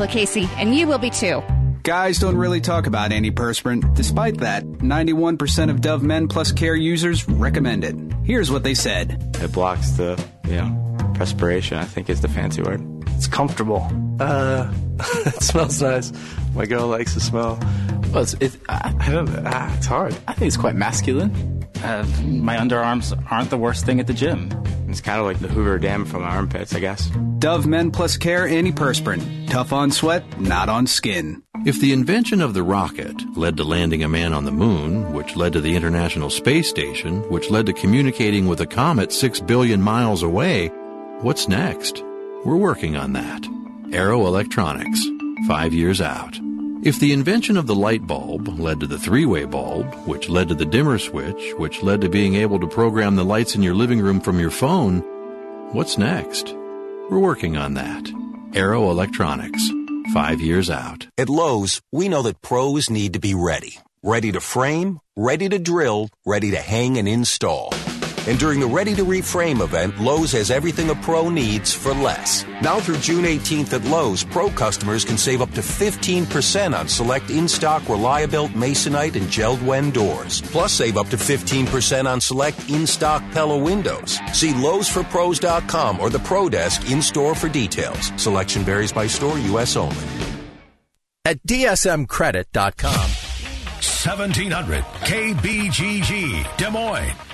Lucchese, and you will be too.
Guys don't really talk about antiperspirant. Despite that, 91% of Dove Men Plus Care users recommend it. Here's what they said
It blocks the, you know, perspiration, I think is the fancy word. It's comfortable. Uh, it smells nice. My girl likes the smell. Well, it's, it, I, I don't, ah, it's hard. I think it's quite masculine. Uh, my underarms aren't the worst thing at the gym. It's kind of like the Hoover Dam from my armpits, I guess.
Dove Men Plus Care Antiperspirant. Tough on sweat, not on skin.
If the invention of the rocket led to landing a man on the moon, which led to the International Space Station, which led to communicating with a comet 6 billion miles away, what's next? We're working on that. Aero Electronics, five years out. If the invention of the light bulb led to the three way bulb, which led to the dimmer switch, which led to being able to program the lights in your living room from your phone, what's next? We're working on that. Aero Electronics, five years out.
At Lowe's, we know that pros need to be ready. Ready to frame, ready to drill, ready to hang and install. And during the Ready to Reframe event, Lowe's has everything a pro needs for less. Now through June 18th at Lowe's, pro customers can save up to 15% on select in-stock Reliabuilt Masonite and Geldwen doors. Plus save up to 15% on select in-stock Pella windows. See lowesforpros.com or the Pro Desk in-store for details. Selection varies by store, U.S. only.
At DSMCredit.com.
1700 KBGG Des Moines.